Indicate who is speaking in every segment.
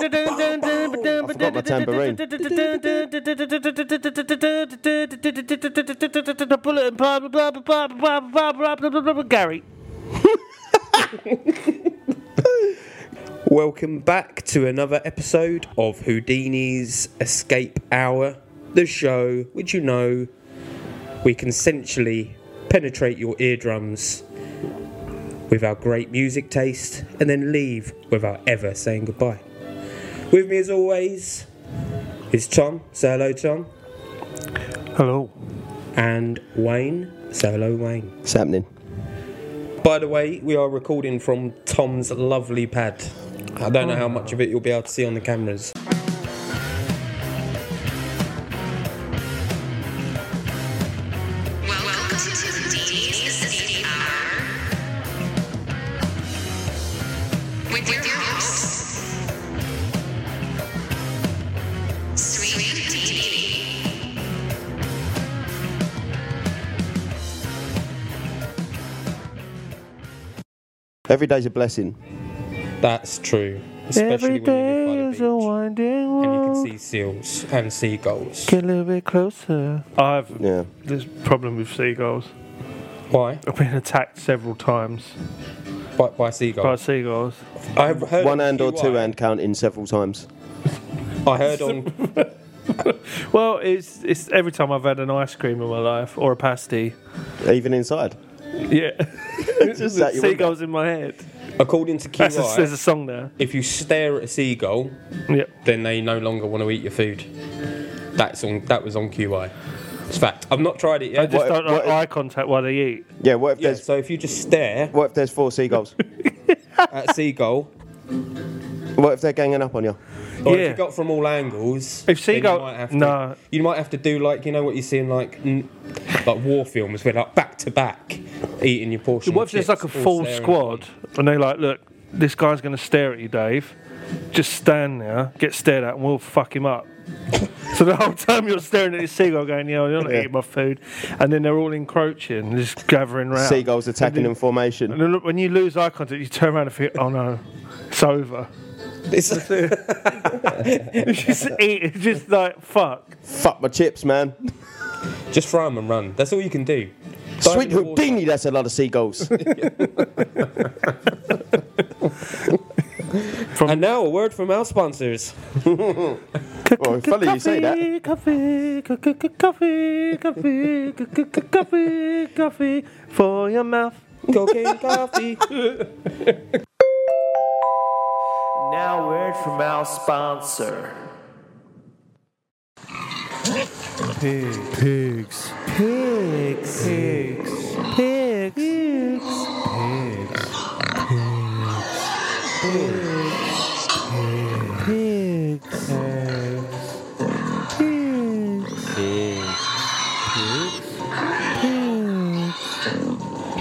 Speaker 1: I forgot my tambourine.
Speaker 2: Bullet and blah, blah, blah, blah, blah, blah, blah, blah, blah, blah, Gary.
Speaker 3: Welcome back to another episode of Houdini's Escape Hour, the show which you know we can essentially penetrate your eardrums with our great music taste and then leave without ever saying goodbye. With me as always is Tom. Say hello, Tom.
Speaker 2: Hello.
Speaker 3: And Wayne. Say hello, Wayne.
Speaker 1: It's happening.
Speaker 3: By the way, we are recording from Tom's lovely pad. I don't know how much of it you'll be able to see on the cameras.
Speaker 4: Welcome to Houdini's Escape Hour. With your hosts, Sweet Houdini.
Speaker 1: Every day's a blessing.
Speaker 3: That's true.
Speaker 2: Every
Speaker 3: Especially when
Speaker 2: day
Speaker 3: you
Speaker 2: is
Speaker 3: live by
Speaker 2: a
Speaker 3: the beach.
Speaker 2: winding road.
Speaker 3: And you can see seals and seagulls.
Speaker 2: Get a little bit closer. I have
Speaker 1: Yeah.
Speaker 2: this problem with seagulls.
Speaker 3: Why?
Speaker 2: I've been attacked several times
Speaker 3: By, by
Speaker 2: by
Speaker 3: seagulls.
Speaker 2: seagulls.
Speaker 3: I've heard
Speaker 1: One
Speaker 3: on
Speaker 1: hand or
Speaker 3: QI,
Speaker 1: two hand counting several times.
Speaker 3: I heard on
Speaker 2: Well, it's it's every time I've had an ice cream in my life or a pasty.
Speaker 1: Even inside.
Speaker 2: Yeah,
Speaker 1: Just that you wouldn't-
Speaker 2: seagulls in my head.
Speaker 3: according to
Speaker 2: That's a, there's
Speaker 3: QI,
Speaker 2: a song there.
Speaker 3: if you stare at a seagull,
Speaker 2: Yeah.
Speaker 3: then they no longer want to eat your food. That's on. That was on QI. It's fact. I've not tried it
Speaker 2: I
Speaker 3: yet.
Speaker 2: just
Speaker 1: What-
Speaker 2: don't like
Speaker 1: what-
Speaker 2: eye contact while they eat.
Speaker 1: Yeah, what if
Speaker 3: Yeah,
Speaker 1: there's
Speaker 3: so if you just stare
Speaker 1: what if there's four seagulls?
Speaker 3: at a seagull,
Speaker 1: what if they're ganging up on you?
Speaker 3: Or
Speaker 2: Yeah.
Speaker 3: if you got from all angles,
Speaker 2: If
Speaker 3: then
Speaker 2: seagull-
Speaker 3: you might have to,
Speaker 2: no.
Speaker 3: you might have to do like you know what you see in like n- like war films where like back to back eating your portion.
Speaker 2: What
Speaker 3: of
Speaker 2: if there's
Speaker 3: chips,
Speaker 2: like a
Speaker 3: all
Speaker 2: full
Speaker 3: staring at
Speaker 2: squad and they're like, look, this guy's going to stare at you, Dave. Just stand there, get stared at, and we'll fuck him up. so the whole time you're staring at this seagull going, yo, you're not
Speaker 1: Yeah.
Speaker 2: eating my food. And then they're all encroaching, just gathering round.
Speaker 1: Seagulls attacking in
Speaker 2: And
Speaker 1: formation.
Speaker 2: then when you lose eye contact, you turn around and think, oh no, it's over.
Speaker 3: you. It's-
Speaker 2: It's just, eat, it's just like, fuck.
Speaker 1: Fuck my chips, man.
Speaker 3: just throw 'em and run. That's all you can do. Dive
Speaker 1: Sweet
Speaker 3: in the water.
Speaker 1: Houdini, that's a lot of seagulls. Oh,
Speaker 3: And now a word from our sponsors.
Speaker 1: well, funny you say that.
Speaker 2: Coffee, coffee, co- co- coffee, coffee, co- co- co- coffee, coffee for your mouth.
Speaker 3: Cocaine coffee.
Speaker 2: Now, word from our sponsor. Pigs. Pigs. Pigs. Pigs. Pigs. Pigs. Pigs. Pigs. Pigs.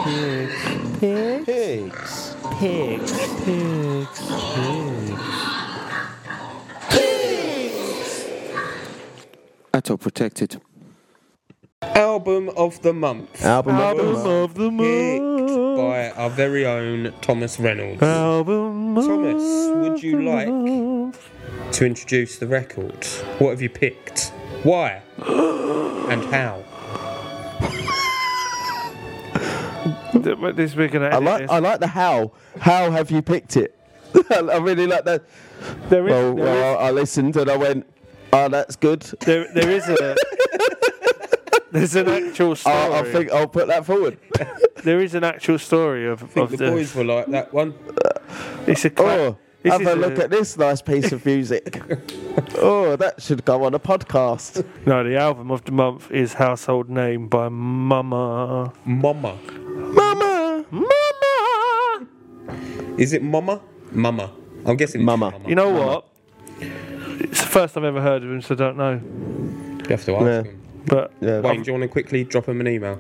Speaker 2: Pigs.
Speaker 1: Pigs.
Speaker 2: Pigs. Pigs.
Speaker 5: At all protected.
Speaker 3: Album of the month.
Speaker 1: Album,
Speaker 2: Album
Speaker 1: of
Speaker 2: of the
Speaker 3: Picked
Speaker 2: month.
Speaker 3: by our very own Thomas Reynolds.
Speaker 2: Album
Speaker 3: Thomas,
Speaker 2: of
Speaker 3: would you
Speaker 2: the
Speaker 3: like-
Speaker 2: month.
Speaker 3: to introduce the record. What have you picked? Why? and how?
Speaker 2: Th- but This we're gonna.
Speaker 1: I
Speaker 2: edit
Speaker 1: like
Speaker 2: this.
Speaker 1: I like the how. How have you picked it? I really like that.
Speaker 2: There is-
Speaker 1: Well,
Speaker 2: there is-
Speaker 1: well I, I listened and I went, oh, that's good.
Speaker 2: there- there is a. There's an actual story.
Speaker 1: Oh, I, I think I'll put that forward.
Speaker 2: there is an actual story of,
Speaker 3: I think
Speaker 2: of
Speaker 3: the
Speaker 2: the.
Speaker 3: boys will like that one.
Speaker 2: It's a. cla-
Speaker 1: Oh,
Speaker 2: this
Speaker 1: have
Speaker 2: is
Speaker 1: a look at this nice piece of music. oh, that should go on a podcast.
Speaker 2: No, the album of the month is "Household Name" by Mama.
Speaker 3: Mama.
Speaker 1: Mama!
Speaker 2: Mama.
Speaker 3: Is it Mama? Mama. I'm guessing it's
Speaker 1: Mama.
Speaker 3: Mama.
Speaker 2: You know what? It's the first I've ever heard of him, so I don't know.
Speaker 3: You have to ask
Speaker 1: Yeah.
Speaker 3: him.
Speaker 2: But
Speaker 1: Yeah,
Speaker 3: Wayne, do you want to quickly drop him an email?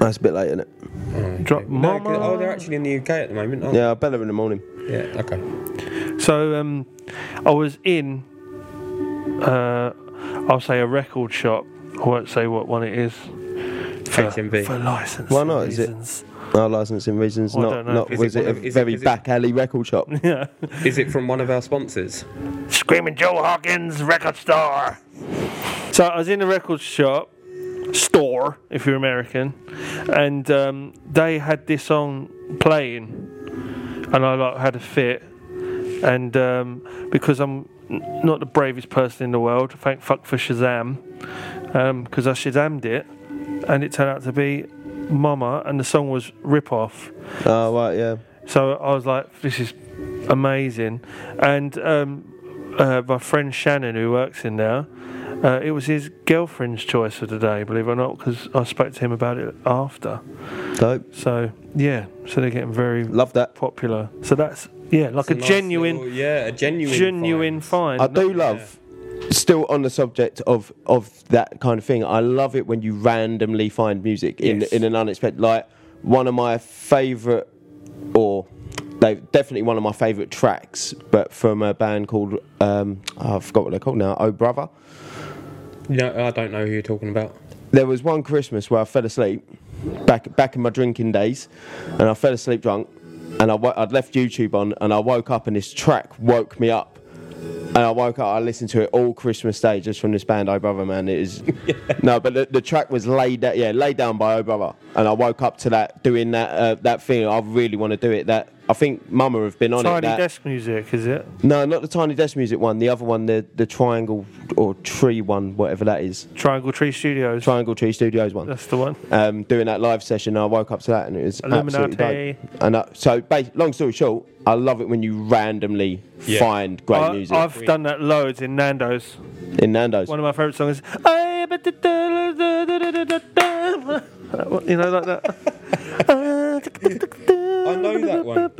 Speaker 1: that's a bit late, isn't it?
Speaker 2: drop
Speaker 3: No, 'cause-
Speaker 2: Mama.
Speaker 3: oh, they're actually in the UK at the moment, aren't
Speaker 1: Yeah, better in the morning.
Speaker 3: they? Yeah, okay.
Speaker 2: So um, I was in, uh, I'll say a record shop. I won't say what one it is. For,
Speaker 3: HMV.
Speaker 2: For license
Speaker 1: Why not? Is it-
Speaker 2: reasons. Is
Speaker 1: Our licensing reasons,
Speaker 2: I
Speaker 1: not
Speaker 2: don't know.
Speaker 1: not
Speaker 2: Is
Speaker 1: was
Speaker 3: it
Speaker 1: it,
Speaker 3: one
Speaker 1: a
Speaker 3: of- is it-
Speaker 1: very
Speaker 3: is it-
Speaker 1: back alley record shop?
Speaker 2: Yeah.
Speaker 3: Is it from one of our sponsors?
Speaker 2: Screaming Joe Hawkins record store. So I was in the record shop, store, if you're American, and um, they had this song playing, and I like had a fit, and um, because I'm n- not the bravest person in the world, thank fuck for Shazam, because I Shazammed it, and it turned out to be Mama, and the song was Rip Off.
Speaker 1: Oh right, yeah.
Speaker 2: So I was like, this is amazing. And um, uh, my friend Shannon, who works in there, uh, it was his girlfriend's choice for the day, believe it or not, because I spoke to him about it after.
Speaker 1: Dope.
Speaker 2: So, yeah, so they're getting very
Speaker 1: Love that.
Speaker 2: popular. So that's, yeah, like a,
Speaker 3: Nice
Speaker 2: genuine,
Speaker 3: little- yeah, a genuine,
Speaker 2: genuine
Speaker 3: find.
Speaker 2: find.
Speaker 1: I do love. Still on the subject of of that kind of thing, I love it when you randomly find music in
Speaker 3: Yes.
Speaker 1: in an unexpected. Like one of my favourite, or they definitely one of my favourite tracks, but from a band called um, oh, I forgot what they're called now. Oh brother,
Speaker 3: No, I don't know who you're talking about.
Speaker 1: there was one Christmas where I fell asleep back back in my drinking days, and I fell asleep drunk, and I wo- I'd left YouTube on, and I woke up, and this track woke me up, and I woke up. I listened to it all Christmas Day just from this band, Oh Brother Man. It is no, but the, the track was laid down, yeah, laid down by Oh Brother, and I woke up to that doing that uh, that thing. I really want to do it. That I think Mama have been on it.
Speaker 2: Tiny
Speaker 1: that-
Speaker 2: desk music, is it?
Speaker 1: no, not the tiny desk music one. The other one, the the triangle or tree one, whatever that is.
Speaker 2: Triangle Tree Studios.
Speaker 1: Triangle Tree Studios one
Speaker 2: That's the one.
Speaker 1: um, doing that live session. I woke up to that and it was absolutely
Speaker 2: Illuminati.
Speaker 1: dope. And I, so, ba- long story short, I love it when you randomly
Speaker 3: Yeah.
Speaker 1: find great
Speaker 2: I,
Speaker 1: music
Speaker 2: I've done that loads in Nando's.
Speaker 1: in Nando's.
Speaker 2: One of my favourite songs is I bet the da- da- da- da- da- da- da- da. You know, like that.
Speaker 3: I know that one.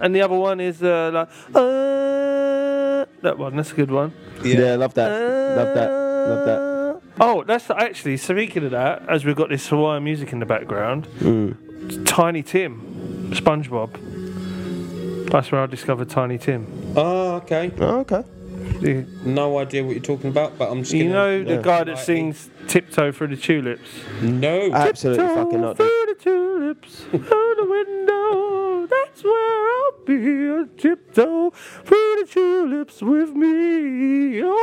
Speaker 2: And the other one is uh, like uh, that one. That's a good one.
Speaker 1: yeah. love that. Love that. Love that.
Speaker 2: Oh, that's actually speaking of that. As we've got this Hawaiian music in the background, Tiny Tim, SpongeBob. That's where I discovered Tiny Tim.
Speaker 3: Oh, okay.
Speaker 1: Oh, okay.
Speaker 2: You,
Speaker 3: No idea what you're talking about, but I'm just
Speaker 2: you
Speaker 3: gonna-
Speaker 2: know the guy that
Speaker 3: Like,
Speaker 2: sings "Tiptoe Through the Tulips."
Speaker 3: No.
Speaker 2: Ah,
Speaker 1: Absolutely
Speaker 2: Tiptoe
Speaker 1: fucking not.
Speaker 2: Through the tulips, through the window, that's where I'll be. A tiptoe through the tulips with me. Oh.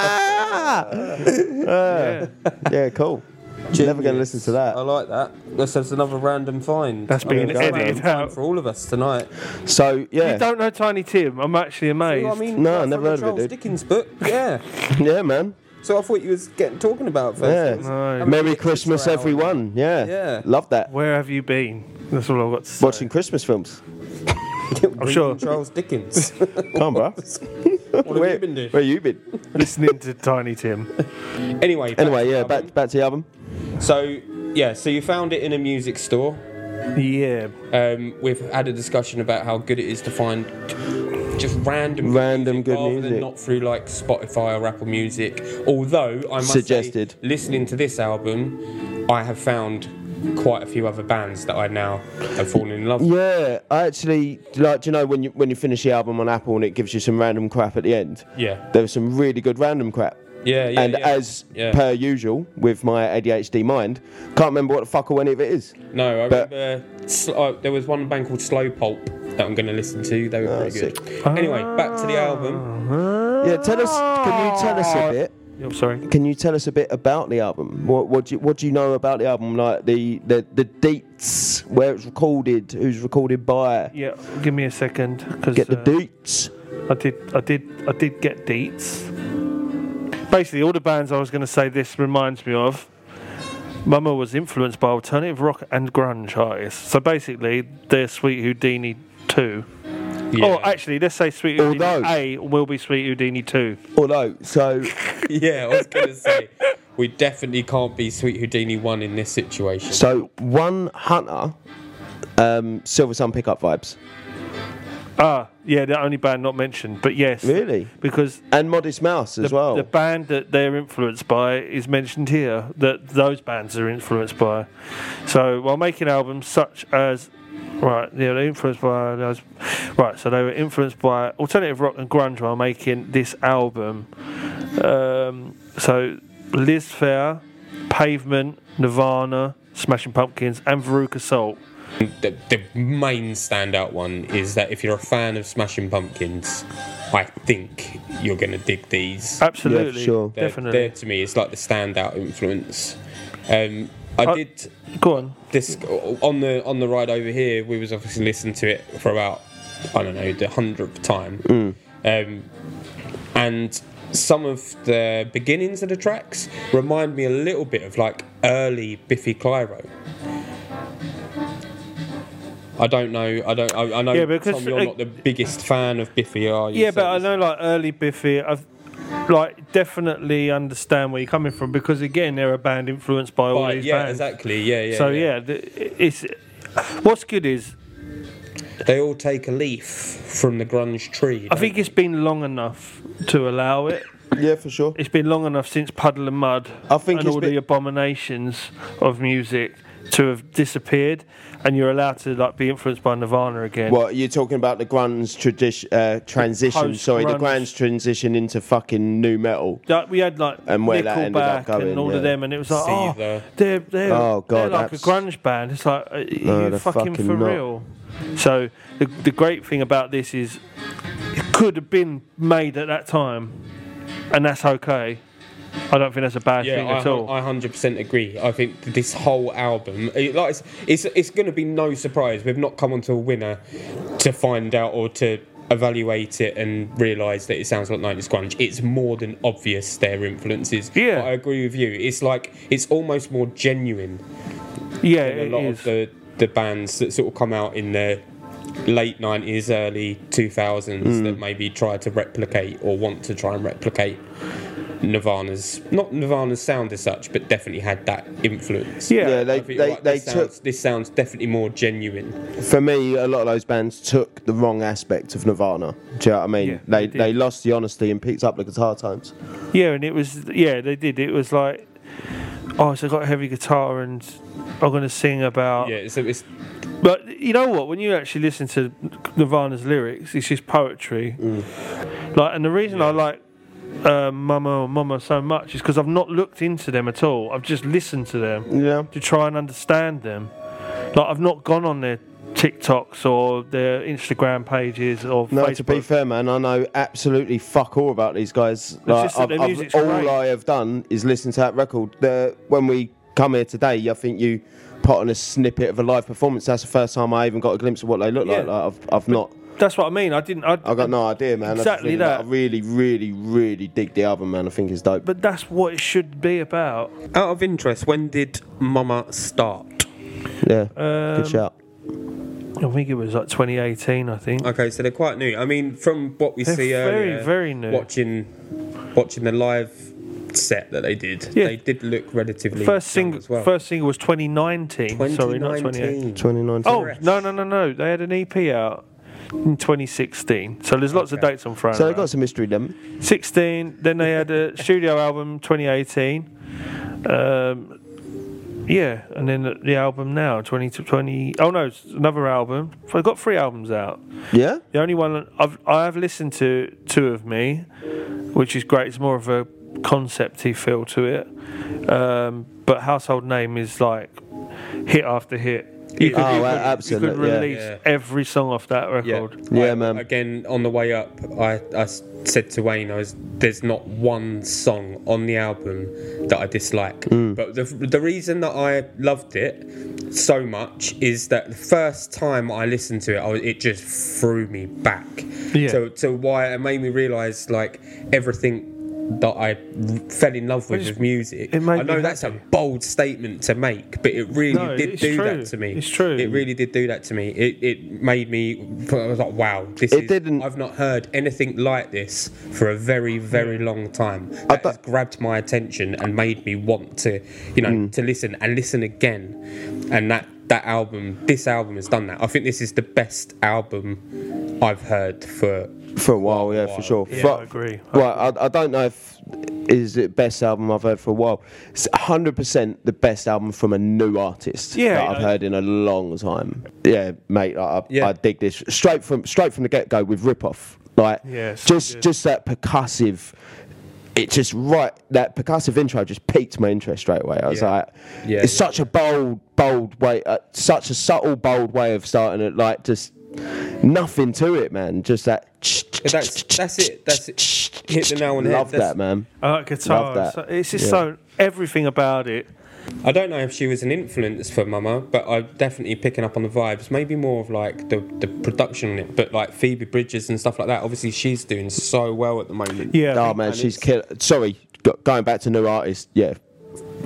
Speaker 1: Uh, Ah! yeah, cool. Never going to listen to
Speaker 3: I
Speaker 1: that.
Speaker 3: like that. That's, that's another random find.
Speaker 2: That's being
Speaker 3: I've got a
Speaker 2: edited
Speaker 3: random find
Speaker 2: out.
Speaker 3: for all of us tonight.
Speaker 1: So,
Speaker 2: You
Speaker 1: yeah.
Speaker 2: don't know Tiny Tim? I'm actually amazed.
Speaker 3: Well, I mean,
Speaker 1: No,
Speaker 3: that's
Speaker 1: never
Speaker 3: from a
Speaker 1: heard of it,
Speaker 3: Charles
Speaker 1: dude.
Speaker 3: Dickens book. Yeah.
Speaker 1: Yeah, man.
Speaker 3: so I thought you was getting talking about it first.
Speaker 1: Yeah.
Speaker 3: It was-
Speaker 2: No.
Speaker 3: I mean,
Speaker 1: Merry
Speaker 3: it's
Speaker 1: Christmas,
Speaker 3: hour.
Speaker 1: everyone. Yeah.
Speaker 3: Yeah.
Speaker 1: Love that.
Speaker 2: Where have you been? That's all I've got to say.
Speaker 1: Watching Christmas films.
Speaker 3: Reading
Speaker 2: sure.
Speaker 3: Charles Dickens.
Speaker 1: Come on, bro.
Speaker 3: what have
Speaker 1: Where,
Speaker 3: you been doing?
Speaker 1: where you been?
Speaker 2: Listening to Tiny Tim.
Speaker 3: Anyway. back to
Speaker 1: Anyway, yeah,
Speaker 3: the album.
Speaker 1: back, back to the album.
Speaker 3: So, yeah, so you found it in a music store.
Speaker 2: Yeah.
Speaker 3: Um, we've had a discussion about how good it is to find just random,
Speaker 1: Random
Speaker 3: music
Speaker 1: good
Speaker 3: rather than
Speaker 1: music.
Speaker 3: not through like Spotify or Apple Music. Although I must
Speaker 1: Suggested.
Speaker 3: say, listening to this album, I have found quite a few other bands that I now have fallen in love. with.
Speaker 1: Yeah, I actually like. Do you know when you when you finish the album on Apple and it gives you some random crap at the end?
Speaker 3: Yeah.
Speaker 1: there was some really good random crap.
Speaker 3: Yeah, yeah,
Speaker 1: And
Speaker 3: yeah,
Speaker 1: as
Speaker 3: yeah.
Speaker 1: per usual with my ADHD mind, can't remember what the fuck or any of it is.
Speaker 3: No, I
Speaker 1: But-
Speaker 3: remember sl- uh, there was one band called Slow Pulp that I'm going to listen to. They were
Speaker 1: Oh,
Speaker 3: pretty good. Anyway, back to the
Speaker 2: Ah.
Speaker 3: album.
Speaker 1: Yeah, tell us. Can you tell us
Speaker 3: Ah.
Speaker 1: a bit?
Speaker 2: I'm Oh, sorry.
Speaker 1: Can you tell us a bit about the album? What what do you, what do you know about the album? Like the the the dates, where it's recorded, who's recorded by.
Speaker 2: Yeah, give me a second. 'cause,
Speaker 1: Get the
Speaker 2: uh,
Speaker 1: dates.
Speaker 2: I did, I did, I did get dates. Basically, all the bands I was going to say this reminds me of. Mama was influenced by alternative rock and grunge artists. So basically, they're Sweet Houdini 2.
Speaker 3: Yeah.
Speaker 2: Oh, actually, let's say Sweet Houdini
Speaker 1: Although-
Speaker 2: A will be Sweet Houdini 2.
Speaker 1: Although, so
Speaker 3: yeah, I was going to say we definitely can't be Sweet Houdini one in this situation.
Speaker 1: so one hunter, um, Silver Sun pickup vibes,
Speaker 2: Ah, yeah, the only band not mentioned, but yes.
Speaker 1: Really?
Speaker 2: Because
Speaker 1: and Modest Mouse as
Speaker 2: the,
Speaker 1: well.
Speaker 2: the band that they're influenced by is mentioned here, that those bands are influenced by. So while making albums such as Right, yeah, they're influenced by those. Right, so they were influenced by alternative rock and grunge while making this album. Um, so Liz Fair, Pavement, Nirvana, Smashing Pumpkins, and Veruca Salt.
Speaker 3: The, the main standout one is that if you're a fan of Smashing Pumpkins, I think you're going to dig these.
Speaker 2: Absolutely,
Speaker 1: sure.
Speaker 3: They're-
Speaker 2: Uh, definitely.
Speaker 3: they're, to me, it's like the standout influence. Um, I
Speaker 2: Uh,
Speaker 3: did
Speaker 2: Go on.
Speaker 3: this on the on the ride over here. We was obviously listening to it for about I don't know the hundredth time, um, and some of the beginnings of the tracks remind me a little bit of like early Biffy Clyro. I don't know. I don't. I, I know.
Speaker 2: Yeah, because,
Speaker 3: Tom, you're
Speaker 2: uh,
Speaker 3: not the biggest fan of Biffy, are you?
Speaker 2: Yeah, but
Speaker 3: So
Speaker 2: I know like early Biffy, I've like definitely understand where you're coming from because again they're a band influenced by all
Speaker 3: Right,
Speaker 2: these
Speaker 3: yeah,
Speaker 2: bands.
Speaker 3: exactly. Yeah, yeah.
Speaker 2: so yeah, the, it's what's good is
Speaker 3: They all take a leaf from the grunge tree.
Speaker 2: I think it's been long enough to allow it.
Speaker 1: Yeah, for sure.
Speaker 2: It's been long enough since Puddle and Mud
Speaker 1: I think
Speaker 2: and
Speaker 1: it's
Speaker 2: all
Speaker 1: been-
Speaker 2: the abominations of music to have disappeared, and you're allowed to like be influenced by Nirvana again.
Speaker 1: What you're talking about the grunge tradi- uh, transition?
Speaker 2: Post
Speaker 1: Sorry, the
Speaker 2: grunge.
Speaker 1: grunge transition into fucking new metal.
Speaker 2: Like, we had like
Speaker 1: And where that ended up
Speaker 2: Nickelback
Speaker 1: going,
Speaker 2: and all
Speaker 1: yeah.
Speaker 2: of them, and it was like, oh,
Speaker 3: Seether.
Speaker 2: they're they're,
Speaker 1: Oh,
Speaker 2: they're
Speaker 1: God,
Speaker 2: like
Speaker 1: that's-
Speaker 2: a grunge band. It's like, are you
Speaker 1: No, they're
Speaker 2: fucking,
Speaker 1: fucking
Speaker 2: for
Speaker 1: not.
Speaker 2: real? So the the great thing about this is it could have been made at that time, and that's okay. I don't think that's a bad
Speaker 3: Yeah,
Speaker 2: thing
Speaker 3: I,
Speaker 2: at all.
Speaker 3: I 100% agree. I think that this whole album, it- like, it's it's, it's going to be no surprise. We've not come onto a winner to find out or to evaluate it and realise that it sounds like 90s grunge. It's more than obvious their influences.
Speaker 2: Yeah.
Speaker 3: But I agree with you. It's like it's almost more genuine
Speaker 2: yeah,
Speaker 3: than a
Speaker 2: it
Speaker 3: lot
Speaker 2: is.
Speaker 3: of the the bands that sort of come out in the late 90s early 2000s that maybe try to replicate or want to try and replicate Nirvana's not Nirvana's sound as such but definitely had that influence
Speaker 2: yeah,
Speaker 1: Yeah,
Speaker 3: I
Speaker 1: they
Speaker 3: think
Speaker 1: they,
Speaker 3: like,
Speaker 1: they
Speaker 3: this,
Speaker 1: took
Speaker 3: sounds, this sounds definitely more genuine
Speaker 1: for me a lot of those bands took the wrong aspect of Nirvana. Do you know what I mean?
Speaker 2: Yeah, they
Speaker 1: they
Speaker 2: did.
Speaker 1: they lost the honesty and picked up the guitar tones.
Speaker 2: Yeah, and it was yeah they did. It was like oh, so I got a heavy guitar and I'm gonna sing about.
Speaker 3: yeah so it's
Speaker 2: But you know what? When you actually listen to Nirvana's lyrics, it's just poetry.
Speaker 1: Mm.
Speaker 2: Like, and the reason I like uh, Mama or Mama so much is because I've not looked into them at all. I've just listened to them
Speaker 1: Yeah.
Speaker 2: to try and understand them. Like, I've not gone on their TikToks or their Instagram pages or
Speaker 1: No,
Speaker 2: Facebook.
Speaker 1: to be fair, man, I know absolutely fuck all about these guys.
Speaker 2: just that
Speaker 1: I've,
Speaker 2: their
Speaker 1: I've-
Speaker 2: music's
Speaker 1: all
Speaker 2: great.
Speaker 1: I have done is listen to that record. The, when we come here today, I think you put on a snippet of a live performance. That's the first time I even got a glimpse of what they look like.
Speaker 2: Yeah.
Speaker 1: like. I've, I've not.
Speaker 2: That's what I mean. I didn't. I,
Speaker 1: I got no idea, man. I just
Speaker 2: Exactly
Speaker 1: think
Speaker 2: that.
Speaker 1: I really, really, really dig the album, man. I think it's dope.
Speaker 2: But that's what it should be about.
Speaker 3: out of interest when did Mama start
Speaker 1: yeah, good
Speaker 2: um,
Speaker 1: shout.
Speaker 2: I think it was like 2018. I think.
Speaker 3: okay so they're quite new I mean from what we
Speaker 2: They're
Speaker 3: see
Speaker 2: very,
Speaker 3: earlier
Speaker 2: very new.
Speaker 3: watching watching the live set that they did
Speaker 2: Yeah.
Speaker 3: they did look relatively
Speaker 2: First
Speaker 3: young
Speaker 2: single.
Speaker 3: as well.
Speaker 2: First single was 2019. Sorry, not 2018.
Speaker 3: 2019.
Speaker 1: 2019.
Speaker 2: Oh
Speaker 3: Correct.
Speaker 2: no no no no! They had an EP out in 2016. So there's lots
Speaker 3: Okay.
Speaker 2: of dates on Friday.
Speaker 1: So they got some mystery then.
Speaker 2: 16. Then they had a studio album 2018. Um, yeah, and then the, the album now 2020. Oh no, it's another album. I've got three albums out.
Speaker 1: Yeah.
Speaker 2: The only one I've I have listened to two of me, which is great. It's more of a concepty feel to it. Um, but household name is like hit after hit. You could,
Speaker 1: Oh,
Speaker 2: you
Speaker 1: uh,
Speaker 2: could- you could
Speaker 1: absolute, yeah.
Speaker 2: release
Speaker 3: Yeah.
Speaker 2: every song off that record.
Speaker 1: Yeah,
Speaker 3: I-
Speaker 1: man.
Speaker 3: Again, on the way up, I, I s- said to Wayne, I was, there's not one song on the album that I dislike.
Speaker 1: Mm.
Speaker 3: But the, the reason that I loved it so much is that the first time I listened to it, I, was- it just threw me back.
Speaker 2: Yeah.
Speaker 3: To, to why it made me realise, like, everything that I fell in love with
Speaker 2: just-
Speaker 3: with music.
Speaker 2: it made
Speaker 3: I know
Speaker 2: me
Speaker 3: that's a bold statement to make, but it really
Speaker 2: No,
Speaker 3: did
Speaker 2: it's
Speaker 3: do
Speaker 2: true.
Speaker 3: that to me.
Speaker 2: It's true.
Speaker 3: It really did do that to me. It, it made me. I was like, wow, this
Speaker 1: It
Speaker 3: is-
Speaker 1: didn't-
Speaker 3: I've not heard anything like this for a very, very long time. That
Speaker 1: thought-
Speaker 3: has grabbed my attention and made me want to, you know,
Speaker 1: Mm.
Speaker 3: to listen and listen again. And that that album, this album has done that. I think this is the best album I've heard for.
Speaker 1: For a while, yeah, for sure.
Speaker 2: Yeah,
Speaker 1: But-
Speaker 2: I agree. I
Speaker 1: Right, I, I don't know if is it best album I've heard for a while. It's 100% the best album from a new artist
Speaker 2: Yeah,
Speaker 1: that
Speaker 2: you
Speaker 1: I've
Speaker 2: know.
Speaker 1: heard in a long time. Yeah, mate, I, I,
Speaker 3: Yeah.
Speaker 1: I dig this straight from straight from the get go with Rip Off. Like
Speaker 2: Yeah, so
Speaker 1: just
Speaker 2: good.
Speaker 1: just that percussive it just right that percussive intro just piqued my interest straight away. I was
Speaker 3: Yeah.
Speaker 1: like,
Speaker 3: Yeah,
Speaker 1: it's
Speaker 3: yeah.
Speaker 1: such a bold, bold way, uh, such a subtle, bold way of starting it. Like just nothing to it, man. Just that.
Speaker 3: that's- that's it, that's it. Hit the nail on the head,
Speaker 1: Love
Speaker 3: that's-
Speaker 1: that, man.
Speaker 2: I like guitar.
Speaker 1: Love that.
Speaker 2: So it's just
Speaker 1: Yeah.
Speaker 2: so everything about it.
Speaker 3: I don't know if she was an influence for Mama, but I'm definitely picking up on the vibes. Maybe more of like the, the production on it, but like Phoebe Bridges and stuff like that. Obviously, she's doing so well at the moment.
Speaker 2: Yeah.
Speaker 1: Oh man, she's killer. Sorry, go- going back to new artists. Yeah.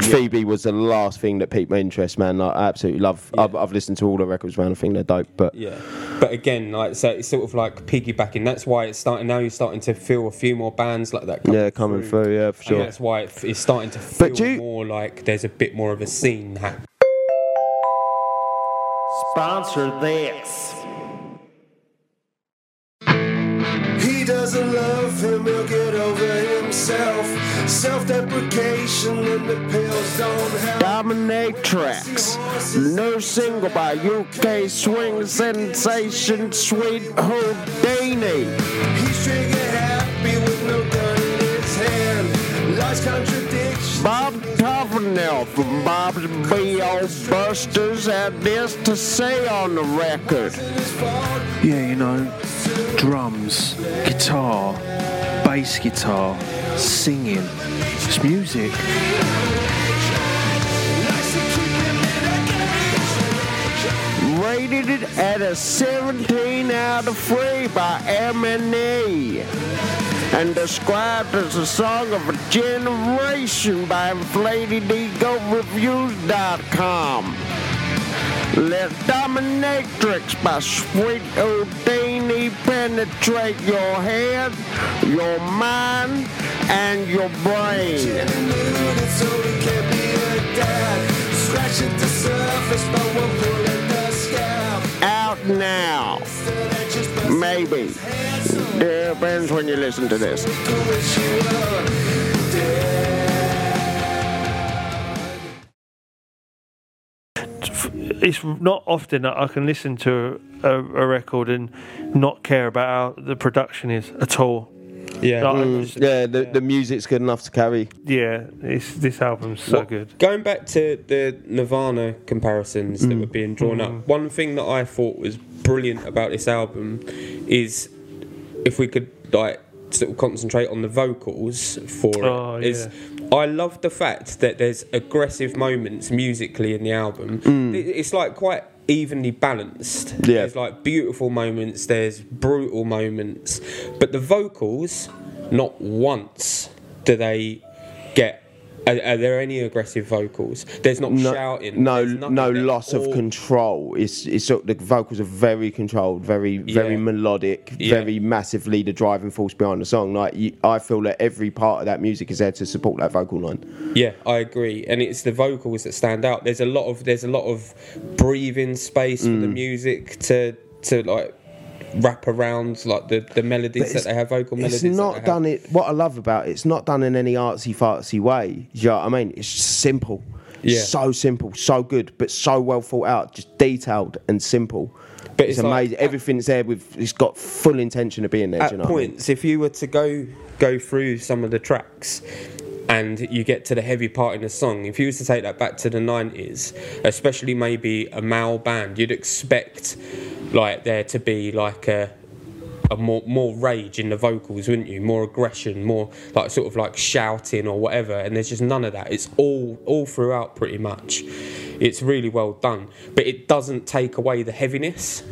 Speaker 1: Phoebe was the last thing that piqued my interest, man. Like, I absolutely love. I've, I've listened to all the records, man. I think they're dope. But
Speaker 3: Yeah, but again, like so, it's sort of like piggybacking. That's why it's starting now. You're starting to feel a few more bands like that. Coming
Speaker 1: yeah, coming through. yeah, for
Speaker 3: And
Speaker 1: sure.
Speaker 3: that's why it- it's starting to feel
Speaker 1: do you-
Speaker 3: more like there's a bit more of a scene happening.
Speaker 2: Sponsor this.
Speaker 6: He doesn't love him, he'll get over himself. Self deprecation and the pills don't help.
Speaker 7: Dominatrix. New single by UK swing sensation Sweet Houdini.
Speaker 6: He's trigger happy with no gun in his hand. Lies contradiction.
Speaker 7: Bob Tovenel from Bob's B.O. Busters had this to say on the record.
Speaker 8: Yeah, you know, drums, guitar, bass guitar, singing. It's music.
Speaker 7: Rated it at a 17 out of 3 by M&E and described as a song of a generation by inflatedegoreviews.com. Let Dominatrix by Sweet Houdini penetrate your head, your mind, and your brain.
Speaker 6: In the mood, it's only can't be a dad. Scratch at the surface, but we'll pull at the scalp.
Speaker 7: Out now.
Speaker 6: Still, that just doesn't
Speaker 7: Maybe. Depends when you listen to this.
Speaker 6: do what she were
Speaker 2: It's not often that I can listen to a, a record and not care about how the production is at all.
Speaker 3: Yeah.
Speaker 2: Like, I just-
Speaker 1: Mm. Yeah, the, the music's good enough to carry.
Speaker 2: yeah. It's, this album's so
Speaker 3: What-
Speaker 2: good.
Speaker 3: Going back to the Nirvana comparisons
Speaker 1: Mm.
Speaker 3: that were being drawn up, one thing that I thought was brilliant about this album is if we could like sort of concentrate on the vocals for
Speaker 2: Oh,
Speaker 3: it. Is I love the fact that there's aggressive moments musically in the album. It- It's like quite evenly balanced.
Speaker 1: Mm. Yeah.
Speaker 3: There's like beautiful moments, there's brutal moments, but the vocals, not once do they get. Are, are there any aggressive vocals? There's not
Speaker 1: No,
Speaker 3: shouting.
Speaker 1: no,
Speaker 3: there's nothing,
Speaker 1: no
Speaker 3: they're
Speaker 1: loss of
Speaker 3: all-
Speaker 1: control. It's it's sort of- the vocals are very controlled, very very
Speaker 3: Yeah.
Speaker 1: melodic,
Speaker 3: Yeah.
Speaker 1: very massively the driving force behind the song. Like you, I feel that every part of that music is there to support that vocal line.
Speaker 3: Yeah, I agree, and it's the vocals that stand out. There's a lot of there's a lot of breathing space for the
Speaker 1: Mm.
Speaker 3: music to to like wrap around like the the melodies that they have vocal melodies.
Speaker 1: It's
Speaker 3: that
Speaker 1: not
Speaker 3: they have.
Speaker 1: done it. What I love about it, it's not done in any artsy fartsy way. Do you know what I mean? It's just simple.
Speaker 3: Yeah.
Speaker 1: So simple, so good, but so well thought out, just detailed and simple.
Speaker 3: But
Speaker 1: But
Speaker 3: it's
Speaker 1: it's,
Speaker 3: like-
Speaker 1: amazing. Everything's there with it's got full intention of being there. do you
Speaker 3: at
Speaker 1: know what I mean?
Speaker 3: points, if you were to go go through some of the tracks and you get to the heavy part in the song, if you was to take that back to the nineties, especially maybe a male band, you'd expect like there to be like a a more more rage in the vocals, wouldn't you? More aggression, more like sort of like shouting or whatever. And there's just none of that. It's all all throughout pretty much. It's really well done, but it doesn't take away the heaviness.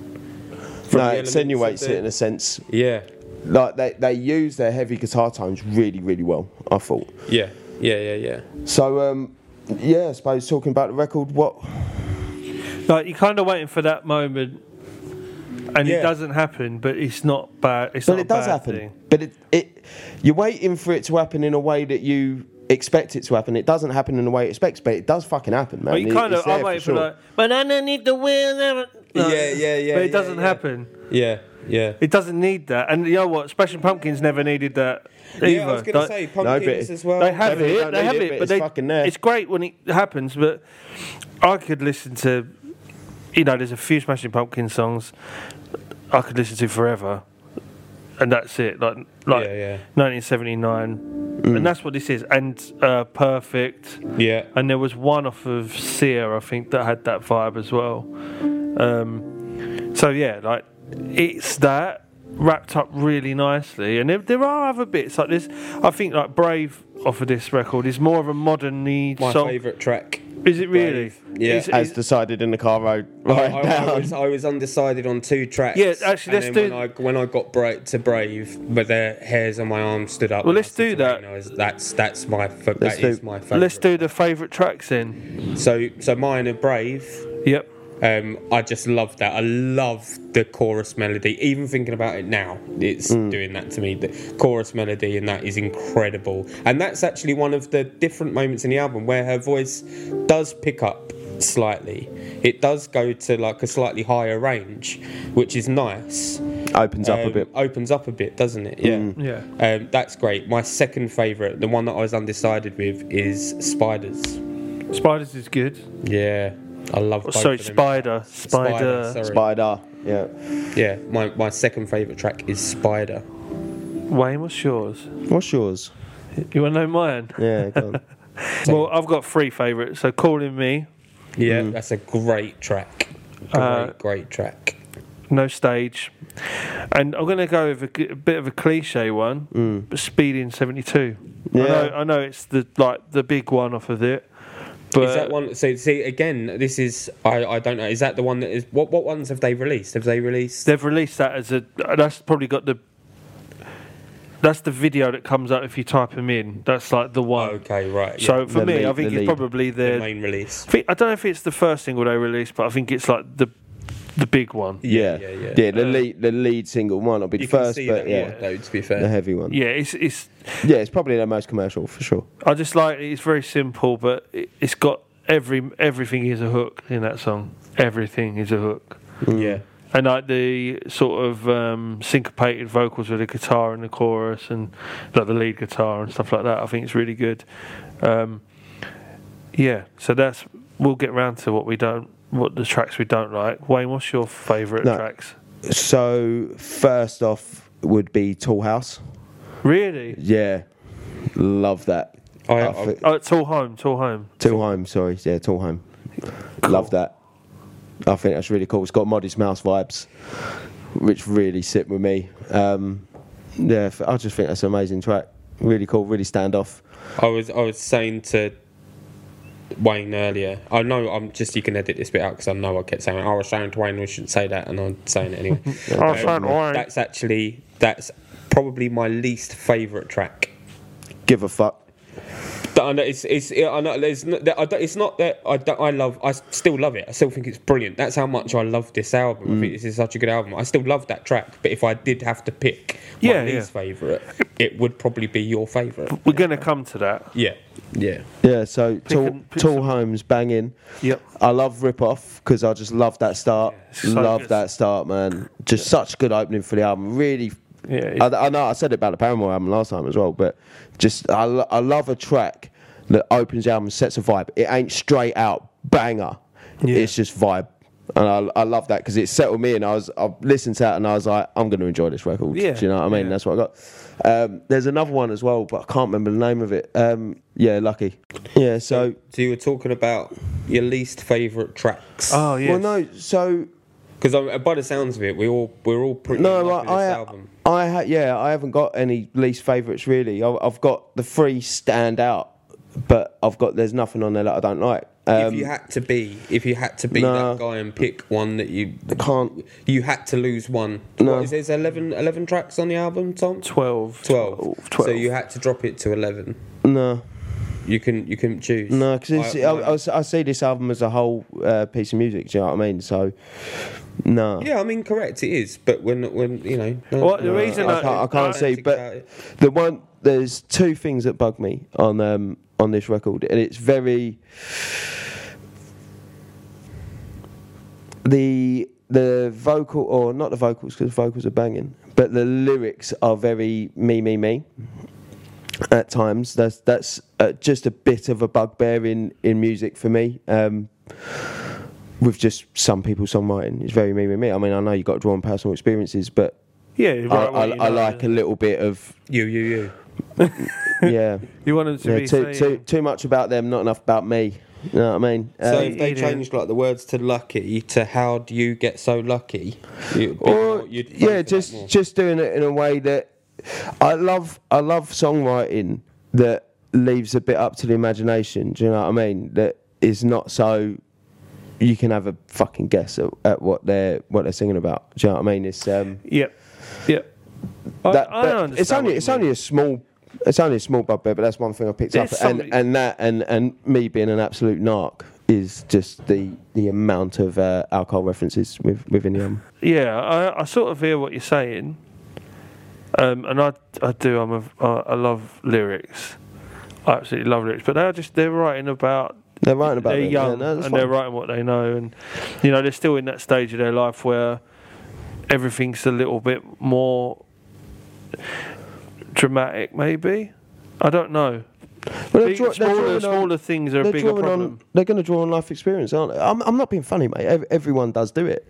Speaker 3: from the
Speaker 1: No, it
Speaker 3: elements of
Speaker 1: insinuates
Speaker 3: the-
Speaker 1: it in a sense.
Speaker 3: Yeah,
Speaker 1: Like they, they use their heavy guitar tones really, really well, I thought.
Speaker 3: Yeah, yeah, yeah, yeah.
Speaker 1: So um yeah, I suppose talking about the record, what
Speaker 2: Like you're kind of waiting for that moment, and
Speaker 3: Yeah.
Speaker 2: it doesn't happen. But it's not bad. It's
Speaker 1: But
Speaker 2: not
Speaker 1: it does
Speaker 2: a bad
Speaker 1: happen.
Speaker 2: Thing.
Speaker 1: But it, it you're waiting for it to happen in a way that you expect it to happen. It doesn't happen in the way it expects, but it does fucking happen, man.
Speaker 2: But you
Speaker 1: It-
Speaker 2: kind
Speaker 1: it's
Speaker 2: of, I'm
Speaker 1: there
Speaker 2: waiting for
Speaker 1: sure.
Speaker 2: like, but I don't need the wheel. ever-" Like,
Speaker 3: Yeah, yeah, yeah,
Speaker 2: But it
Speaker 3: yeah,
Speaker 2: doesn't
Speaker 3: yeah.
Speaker 2: happen.
Speaker 3: Yeah, yeah.
Speaker 2: It doesn't need that. And you know what? Smashing Pumpkins never needed that either.
Speaker 3: yeah, I was going to
Speaker 2: Like,
Speaker 3: say
Speaker 1: but
Speaker 3: pumpkins
Speaker 1: it-
Speaker 3: as well.
Speaker 2: they have
Speaker 1: They
Speaker 2: it.
Speaker 1: don't
Speaker 2: They
Speaker 1: need
Speaker 2: have
Speaker 1: it,
Speaker 2: it,
Speaker 1: but
Speaker 2: but
Speaker 1: it's
Speaker 2: they,
Speaker 1: fucking there.
Speaker 2: It's great when it happens, but I could listen to, you know, there's a few Smashing Pumpkins songs I could listen to forever. and that's it. Like like
Speaker 3: Yeah, yeah.
Speaker 2: 1979,
Speaker 1: Mm.
Speaker 2: and that's what this is. And uh, perfect.
Speaker 3: Yeah.
Speaker 2: And there was one off of Sear, I think, that had that vibe as well. Um, so yeah, like it's that wrapped up really nicely. And there, there are other bits like this. I think like Brave off of this record is more of a modern need
Speaker 3: My
Speaker 2: song.
Speaker 3: favourite track.
Speaker 2: Is it really?
Speaker 3: Brave. Yeah.
Speaker 2: Is-
Speaker 1: as
Speaker 2: is-
Speaker 1: decided in the car road
Speaker 3: I,
Speaker 1: right
Speaker 3: I- I
Speaker 1: down.
Speaker 3: was, I was undecided on two tracks.
Speaker 2: Yeah, actually, let's
Speaker 3: and
Speaker 2: do-
Speaker 3: then When I, when I got bra- to Brave, but the hairs on my arm stood up.
Speaker 2: Well,
Speaker 3: and I
Speaker 2: let's
Speaker 3: said
Speaker 2: do
Speaker 3: to
Speaker 2: that.
Speaker 3: Raina, I was- that's that's my fa-
Speaker 1: Let's
Speaker 3: that is
Speaker 1: do-
Speaker 3: my favorite.
Speaker 2: Let's do the favourite tracks in.
Speaker 3: So so mine are Brave.
Speaker 2: Yep.
Speaker 3: Um, I just love that. I love the chorus melody. Even thinking about it now, it's
Speaker 1: Mm.
Speaker 3: doing that to me. The chorus melody and that is incredible. And that's actually one of the different moments in the album where her voice does pick up slightly. It does go to like a slightly higher range, which is nice.
Speaker 1: Opens up a
Speaker 3: Um,
Speaker 1: bit. Mm.
Speaker 3: Opens up a bit, doesn't it? Yeah.
Speaker 2: Yeah.
Speaker 3: Um, that's great. My second favourite, the one that I was undecided with, is Spiders.
Speaker 2: Spiders is good.
Speaker 3: Yeah. I love both
Speaker 2: Sorry,
Speaker 3: of them.
Speaker 2: spider, spider.
Speaker 3: sorry.
Speaker 1: Spider. Yeah.
Speaker 3: Yeah, my, my second favourite track is Spider.
Speaker 2: Wayne, what's yours?
Speaker 1: What's yours?
Speaker 2: You want to know mine?
Speaker 1: Yeah. Go on.
Speaker 2: Well, I've got three favourites. So, Calling Me,
Speaker 3: Yeah. Mm. That's a great track. Great,
Speaker 2: Uh,
Speaker 3: great track.
Speaker 2: No Stage. And I'm going to go with a, g- a bit of a cliche one, but Speed in 72. I, know, I know it's the like the big one off of it. But
Speaker 3: Is that one? So, see, again, this is, I, I don't know, is that the one that is, what, what ones have they released? Have they released?
Speaker 2: They've released that as a. That's probably got the. That's the video that comes out if you type them in. That's like the one.
Speaker 3: Oh, Okay, right. yeah,
Speaker 2: So for
Speaker 1: The
Speaker 2: me,
Speaker 1: lead-
Speaker 2: I think
Speaker 1: the
Speaker 2: it's
Speaker 1: lead.
Speaker 2: probably
Speaker 3: the
Speaker 2: their
Speaker 3: main release.
Speaker 2: I think- I don't know if it's the first single they released, but I think it's like the the big one.
Speaker 1: Yeah.
Speaker 3: yeah, yeah.
Speaker 1: the lead the lead single might not be
Speaker 3: You
Speaker 1: the first,
Speaker 3: can see
Speaker 1: but
Speaker 3: that
Speaker 1: yeah,
Speaker 3: one, though, to be
Speaker 1: the
Speaker 3: fair.
Speaker 1: heavy one. Yeah.
Speaker 2: Yeah, it's it's.
Speaker 1: it's probably their most commercial for sure.
Speaker 2: I just like it. It's very simple, but it, it's got every everything is a hook in that song. Everything is a hook,
Speaker 3: Yeah.
Speaker 2: and like the sort of um, syncopated vocals with the guitar in the chorus and like the lead guitar and stuff like that. I think it's really good. Um, yeah, so that's we'll get round to what we don't, what the tracks we don't like. Wayne, what's your favourite
Speaker 1: No.
Speaker 2: tracks?
Speaker 1: So first off would be Tall House.
Speaker 2: Really?
Speaker 1: Yeah, love that.
Speaker 3: I-
Speaker 1: I
Speaker 3: I-
Speaker 1: thi-
Speaker 2: Oh, it's all home, it's all home.
Speaker 1: Till Home, sorry. Yeah, Till Home. Love that. I think that's really cool. It's got Modest Mouse vibes, which really sit with me. Um, yeah, f- I just think that's an amazing track. Really cool, really standoff.
Speaker 3: I was I was saying to Wayne earlier. I know I'm just you can edit this bit out because I know I kept saying I was saying to Wayne we shouldn't say that, and I'm saying it anyway.
Speaker 2: I was saying to Wayne.
Speaker 3: That's actually that's probably my least favourite track.
Speaker 1: Give a fuck.
Speaker 3: That I know it's it's I know there's no, that I don't, it's not that I don't, I love I still love it. I still think it's brilliant. That's how much I love this album. I think this is such a good album. I still love that track, but if I did have to pick my
Speaker 2: Yeah,
Speaker 3: least favourite, it would probably be your favourite.
Speaker 2: We're going to come to that.
Speaker 3: Yeah, yeah.
Speaker 1: Yeah, so Tall,
Speaker 2: and- pick
Speaker 1: Tall
Speaker 2: some-
Speaker 1: Homes banging.
Speaker 2: Yep.
Speaker 1: I love Rip Off because I just love that start.
Speaker 2: so
Speaker 1: love
Speaker 2: good.
Speaker 1: that start, man. Just such a good opening for the album. Really.
Speaker 2: Yeah, it's-
Speaker 1: I, I know I said it about the Paramore album last time as well, but just I, lo- I love a track that opens the album, sets a vibe. It ain't straight out banger.
Speaker 2: Yeah.
Speaker 1: It's just vibe. And I, I love that because it settled me, and I was I listened to that, and I was like, I'm going to enjoy this record.
Speaker 2: Yeah,
Speaker 1: Do you know what I mean?
Speaker 2: yeah.
Speaker 1: That's what I got. Um, there's another one as well, but I can't remember the name of it. Um, yeah, lucky. Yeah, so
Speaker 3: So you were talking about your least favourite tracks.
Speaker 2: Oh, yeah.
Speaker 1: well, no, so
Speaker 3: Because by the sounds of it, we all we're all pretty no,
Speaker 1: no,
Speaker 3: in love with
Speaker 1: I,
Speaker 3: this
Speaker 1: I,
Speaker 3: album.
Speaker 1: I ha- yeah, I haven't got any least favourites really. I, I've got the three stand out, but I've got there's nothing on there that I don't like. Um,
Speaker 3: if you had to be, if you had to be
Speaker 1: no.
Speaker 3: that guy and pick one that you
Speaker 1: can't-
Speaker 3: you had to lose one.
Speaker 1: No.
Speaker 3: What is there's 11, 11 tracks on the album, Tom.
Speaker 2: 12.
Speaker 3: 12.
Speaker 1: oh,
Speaker 2: 12.
Speaker 3: So you had to drop it to eleven.
Speaker 1: no,
Speaker 3: You can you can choose.
Speaker 1: no, because I,
Speaker 3: I-
Speaker 1: I, s- I see this album as a whole uh, piece of music. Do you know what I mean? So, no.
Speaker 3: Yeah, I mean correct it is, but when when you know. no,
Speaker 2: Well, the
Speaker 3: no,
Speaker 2: reason
Speaker 1: I can't, I can't see.
Speaker 3: think about
Speaker 1: But
Speaker 3: it.
Speaker 1: the one there's two things that bug me on um, on this record, and it's very the the vocal or not the vocals because vocals are banging, but the lyrics are very me me me. At times, that's that's uh, just a bit of a bugbear in in music for me. Um, with just some people songwriting. It's very me, me, me. I mean, I know you've got to draw on personal experiences, but
Speaker 2: Yeah, right
Speaker 1: I, I,
Speaker 2: where you
Speaker 1: I
Speaker 2: know.
Speaker 1: like a little bit of
Speaker 3: You, you, you.
Speaker 1: yeah,
Speaker 2: You want them to
Speaker 1: yeah
Speaker 2: be
Speaker 1: too, too
Speaker 2: saying-
Speaker 1: too much about them, not enough about me. You know what I mean?
Speaker 3: So
Speaker 1: Um,
Speaker 3: if they
Speaker 2: idiot.
Speaker 3: changed like the words to lucky to how do you get so lucky? You'd be
Speaker 1: Or-
Speaker 3: more- you'd favour
Speaker 1: yeah,
Speaker 3: that
Speaker 1: just
Speaker 3: more.
Speaker 1: just doing it in a way that I love. I love songwriting that leaves a bit up to the imagination. Do you know what I mean? That is not so. You can have a fucking guess at, at what they're what they're singing about. Do you know what I mean? It's um,
Speaker 2: Yep. Yep. I,
Speaker 1: that,
Speaker 2: I
Speaker 1: that-
Speaker 2: understand.
Speaker 1: it's only
Speaker 2: what you
Speaker 1: it's
Speaker 2: mean.
Speaker 1: only a small it's only a small bugbear, but that's one thing I picked
Speaker 2: There's
Speaker 1: up,
Speaker 2: somebody-
Speaker 1: and and that and and me being an absolute narc is just the the amount of uh, alcohol references with, within the um, album.
Speaker 2: Yeah, I, I sort of hear what you're saying, um, and I I do. I'm a I, I love lyrics. I absolutely love lyrics, but they're just they're writing about
Speaker 1: They're writing about
Speaker 2: they're
Speaker 1: it.
Speaker 2: young
Speaker 1: yeah, no, that's
Speaker 2: and they're
Speaker 1: fine.
Speaker 2: writing what they know, and you know they're still in that stage of their life where everything's a little bit more dramatic, maybe. I don't know.
Speaker 1: Well, they're
Speaker 2: Big-
Speaker 1: draw- they're
Speaker 2: smaller
Speaker 1: drawing on-
Speaker 2: smaller things are a
Speaker 1: they're
Speaker 2: bigger
Speaker 1: drawing
Speaker 2: problem.
Speaker 1: on. They're going to draw on life experience, aren't they? I'm, I'm not being funny, mate. Ev- everyone does do it.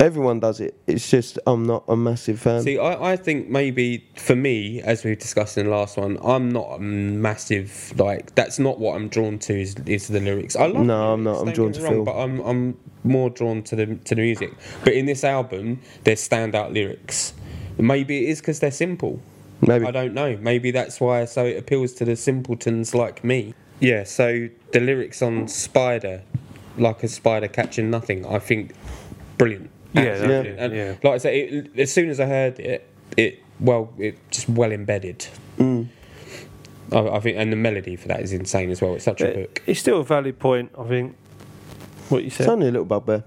Speaker 1: Everyone does it. It's just I'm not a massive fan.
Speaker 3: See, I, I think maybe for me, as we discussed in the last one, I'm not a massive like. That's not what I'm drawn to. Is, is the lyrics? I love.
Speaker 1: No,
Speaker 3: lyrics,
Speaker 1: I'm not. I'm
Speaker 3: don't
Speaker 1: drawn
Speaker 3: get
Speaker 1: to
Speaker 3: me wrong,
Speaker 1: Phil.
Speaker 3: But I'm I'm more drawn to the to the music. But in this album, there's standout lyrics. Maybe it is because they're simple.
Speaker 1: Maybe.
Speaker 3: I don't know. Maybe that's why. So it appeals to the simpletons like me. Yeah. So the lyrics on Spider, like a spider catching nothing. I think brilliant.
Speaker 2: Yeah,
Speaker 3: Absolutely
Speaker 2: that-
Speaker 3: brilliant. And
Speaker 2: yeah.
Speaker 3: like I say, it, as soon as I heard it, it well, it just well embedded. Mm. I, I think, and the melody for that is insane as well. It's such a
Speaker 2: It-
Speaker 3: hook.
Speaker 2: it's still a valid point, I think. What you said.
Speaker 1: It's only a little bugbear.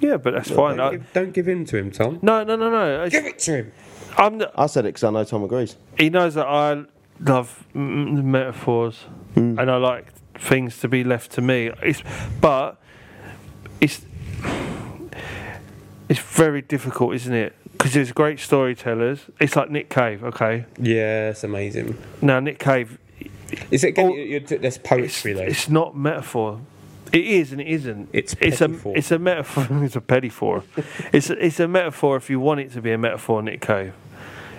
Speaker 2: yeah, but that's fine.
Speaker 3: Don't
Speaker 2: I,
Speaker 3: give, Uh, don't give in to him, Tom.
Speaker 2: no, no, no, no. It's-
Speaker 3: Give it to him.
Speaker 2: I'm the,
Speaker 1: I said it because I know Tom agrees.
Speaker 2: he knows that I love m- m- metaphors and I like things to be left to me. It's, but it's it's very difficult, isn't it? Because there's great storytellers. It's like Nick Cave, okay?
Speaker 3: Yeah, it's amazing.
Speaker 2: Now Nick Cave,
Speaker 3: Is it? Again,
Speaker 2: Oh,
Speaker 3: you- you- there's
Speaker 2: it's,
Speaker 3: poetry though.
Speaker 2: it's not metaphor. It is and it isn't.
Speaker 3: It's
Speaker 2: it's a
Speaker 3: pettyphore.
Speaker 2: it's a metaphor. it's a pettyphore. it's a, it's a metaphor if you want it to be a metaphor, Nick Cave.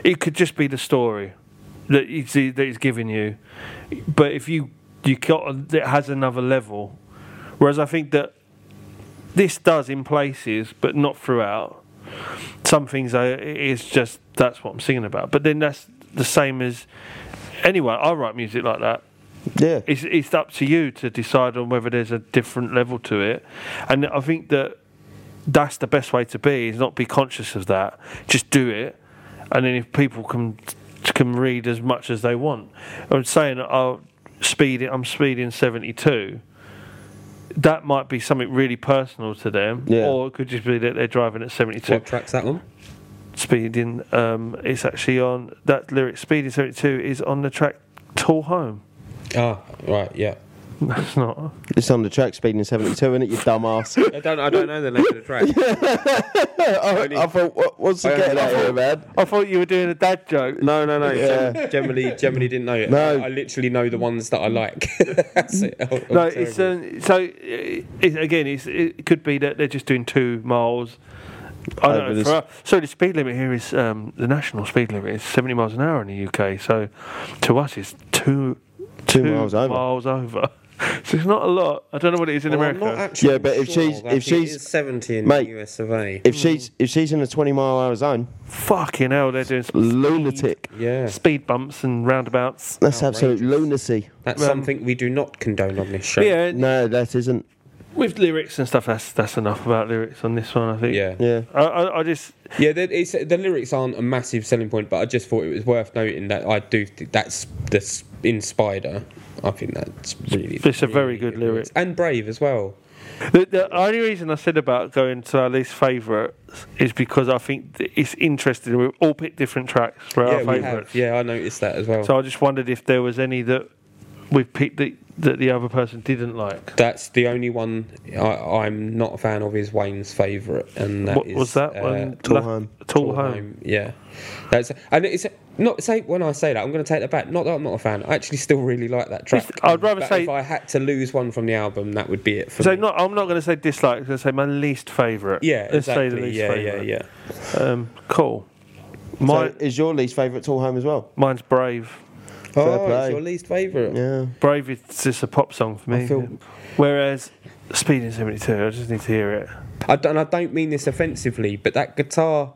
Speaker 2: It could just be the story that you see that he's giving you, but if you you got it has another level. Whereas I think that this does in places, but not throughout. Some things I it is just that's what I'm singing about. But then that's the same as anyway. I write music like that
Speaker 1: Yeah.
Speaker 2: it's, it's up to you to decide on whether there's a different level to it. And I think that that's the best way to be is not be conscious of that. Just do it, and then if people can can read as much as they want. I'm saying I'll speed it. I'm speeding 72. That might be something really personal to them,
Speaker 1: Yeah.
Speaker 2: or it could just be that they're driving at 72
Speaker 3: What track's that on?
Speaker 2: speeding um it's actually on that lyric speeding 72 is on the track tall home
Speaker 3: Ah, right, yeah.
Speaker 2: that's not
Speaker 1: It's on the track, speeding 72, isn't it, you dumbass?
Speaker 3: I don't, I don't know the name of the track.
Speaker 1: I, I thought, what, what's the
Speaker 3: I
Speaker 1: get
Speaker 3: only-
Speaker 1: out here, man?
Speaker 2: I thought you were doing a dad joke.
Speaker 3: No, no, no.
Speaker 1: Yeah.
Speaker 3: Gem- Generally, generally didn't know it.
Speaker 1: No.
Speaker 3: I, I literally know the ones that I like. That's it. I'm- I'm
Speaker 2: No, it's
Speaker 3: terrible.
Speaker 2: um, so it, it, again. It's, it could be that they're just doing two miles. I
Speaker 3: Oh,
Speaker 1: Over
Speaker 2: don't know.
Speaker 1: the
Speaker 2: For,
Speaker 1: s-
Speaker 2: us- so the speed limit here is um, the national speed limit is seventy miles an hour in the UK. So to us, it's two
Speaker 1: Two miles over.
Speaker 2: miles over. So it's not a lot. I don't know what it is in
Speaker 3: Well, I'm
Speaker 2: America.
Speaker 3: Oh, not actually
Speaker 1: Yeah, but if
Speaker 3: sure.
Speaker 1: she's-
Speaker 3: I
Speaker 1: if
Speaker 3: think it
Speaker 1: she's-
Speaker 3: is seventy in
Speaker 1: Mate.
Speaker 3: the US of A.
Speaker 1: If she's if she's in a 20 mile hour zone,
Speaker 2: Fucking hell, they're doing some
Speaker 1: lunatic.
Speaker 3: Yeah,
Speaker 2: speed bumps and roundabouts.
Speaker 1: That's absolute lunacy.
Speaker 3: that's
Speaker 2: um,
Speaker 3: something we do not condone on this show.
Speaker 2: Yeah,
Speaker 1: No, that isn't.
Speaker 2: with lyrics and stuff. That's that's enough about lyrics on this one. I think.
Speaker 3: yeah, yeah.
Speaker 1: Yeah.
Speaker 2: I, I, I just
Speaker 3: the, it's, the lyrics aren't a massive selling point, but I just thought it was worth noting that I do think that's the s- in Spider. I think that's really.
Speaker 2: It's a very
Speaker 3: really
Speaker 2: good lyric.
Speaker 3: and brave as well.
Speaker 2: The, the only reason I said about going to our least favourite is because I think th- it's interesting. We've all picked different tracks for
Speaker 3: Yeah,
Speaker 2: our
Speaker 3: we
Speaker 2: favourites.
Speaker 3: have. Yeah, I noticed that as well.
Speaker 2: So I just wondered if there was any that we picked that, that the other person didn't like.
Speaker 3: That's the only one I, I'm not a fan of is Wayne's favourite, and that
Speaker 2: what
Speaker 3: is,
Speaker 2: was that
Speaker 3: uh,
Speaker 2: one?
Speaker 1: Tall
Speaker 2: La-
Speaker 1: Home.
Speaker 2: Tall,
Speaker 3: Tall
Speaker 2: Home.
Speaker 3: Home, Yeah, that's and it's not say when I say that I'm going to take that back. Not that I'm not a fan. I actually still really like that track.
Speaker 2: It's- I'd rather
Speaker 3: But
Speaker 2: say-
Speaker 3: if I had to lose one from the album, that would be it for
Speaker 2: So
Speaker 3: me.
Speaker 2: not, I'm not going to say dislike. I'm going to say my least favourite.
Speaker 3: yeah,
Speaker 2: Let's say the
Speaker 3: exactly.
Speaker 2: least
Speaker 3: Yeah, yeah,
Speaker 2: favourite.
Speaker 3: yeah.
Speaker 2: Um, cool. My,
Speaker 1: so is your least favourite Tool Home as well?
Speaker 2: mine's Brave.
Speaker 1: Fair
Speaker 3: oh,
Speaker 1: play.
Speaker 3: it's your least favourite.
Speaker 1: Yeah.
Speaker 2: Brave is just a pop song for me.
Speaker 1: I feel-
Speaker 2: Whereas Speeding 72, I just need to hear it.
Speaker 3: I don't, and I don't mean this offensively, but that guitar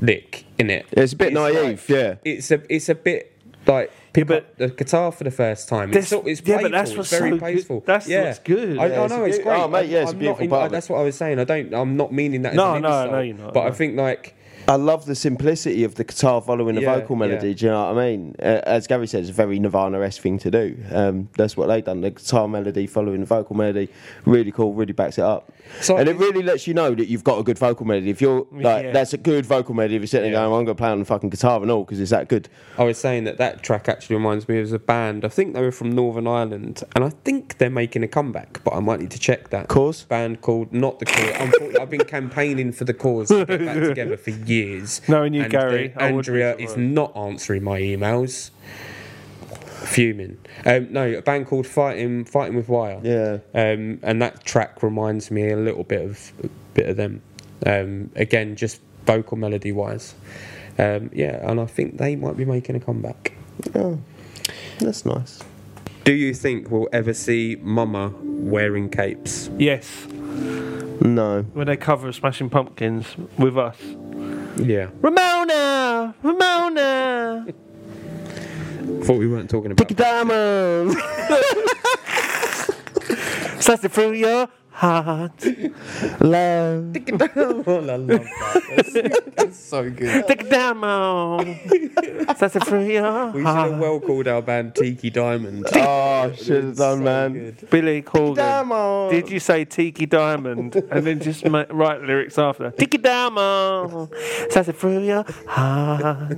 Speaker 3: lick in it.
Speaker 1: It's a bit naive, yeah.
Speaker 3: It's a it's a bit like pick
Speaker 2: but-
Speaker 3: up the guitar for the first time.
Speaker 2: This-
Speaker 3: It's, sort- it's
Speaker 2: yeah,
Speaker 3: playful.
Speaker 2: but that's
Speaker 3: it's
Speaker 2: what's
Speaker 3: very
Speaker 2: so good-
Speaker 3: playful.
Speaker 2: that's
Speaker 3: yeah.
Speaker 2: what's good.
Speaker 3: I,
Speaker 2: Yeah,
Speaker 3: I
Speaker 1: it's
Speaker 3: know
Speaker 1: a
Speaker 3: it's
Speaker 1: beau-
Speaker 3: great.
Speaker 1: oh, mate, yeah, it's a
Speaker 3: I'm not
Speaker 1: beautiful
Speaker 3: in-
Speaker 1: part
Speaker 3: I-
Speaker 1: of it.
Speaker 3: That's what I was saying. I don't. I'm not meaning that.
Speaker 2: No,
Speaker 3: as an
Speaker 2: no,
Speaker 3: insult,
Speaker 2: no, you're not,
Speaker 3: But I
Speaker 2: no.
Speaker 3: think like
Speaker 1: I love the simplicity of the guitar following the
Speaker 3: Yeah,
Speaker 1: vocal
Speaker 3: yeah.
Speaker 1: melody. Do you know what I mean? Uh, as Gary said, it's a very Nirvana-esque thing to do. Um, that's what they've done. The guitar melody following the vocal melody, really cool. Really backs it up,
Speaker 3: So-
Speaker 1: and it really lets you know that you've got a good vocal melody. If you're like,
Speaker 2: Yeah.
Speaker 1: that's a good vocal melody. If you're sitting there going, I'm gonna play on the fucking guitar and all because it's that good.
Speaker 3: I was saying that that track actually reminds me of a band. I think they were from Northern Ireland, and I think they're making a comeback. But I might need to check that.
Speaker 1: Cause?
Speaker 3: band called not the Cause. Unfortunately, I've been campaigning for the Cause to get back together for years.
Speaker 2: Knowing you, Gary,
Speaker 3: the-
Speaker 2: I would be
Speaker 3: Andrea is
Speaker 2: surprised.
Speaker 3: not answering my emails. Fuming. Um, no, a band called Fighting Fighting with Wire.
Speaker 1: Yeah.
Speaker 3: Um, and that track reminds me a little bit of a bit of them. Um, again, just vocal melody wise. Um, yeah, and I think they might be making a comeback.
Speaker 1: Yeah, that's nice.
Speaker 3: Do you think we'll ever see Mama wearing capes?
Speaker 2: Yes,
Speaker 1: No,
Speaker 2: when they cover Smashing Pumpkins with us.
Speaker 3: Yeah.
Speaker 2: Ramona! Ramona!
Speaker 3: Thought we weren't talking about.
Speaker 1: diamonds.
Speaker 2: Slice it through your heart.
Speaker 1: Love.
Speaker 3: I love that. That's, that's so good.
Speaker 2: Take it down, mom. Slice it through your
Speaker 3: We should have
Speaker 2: heart.
Speaker 3: well called our band Tiki Diamond.
Speaker 1: Oh, should have done, man.
Speaker 2: Billy Corgan.
Speaker 1: Diamond.
Speaker 2: Did you say Tiki Diamond? and then just ma- write lyrics after. Tiki Diamond. Slice it through your heart.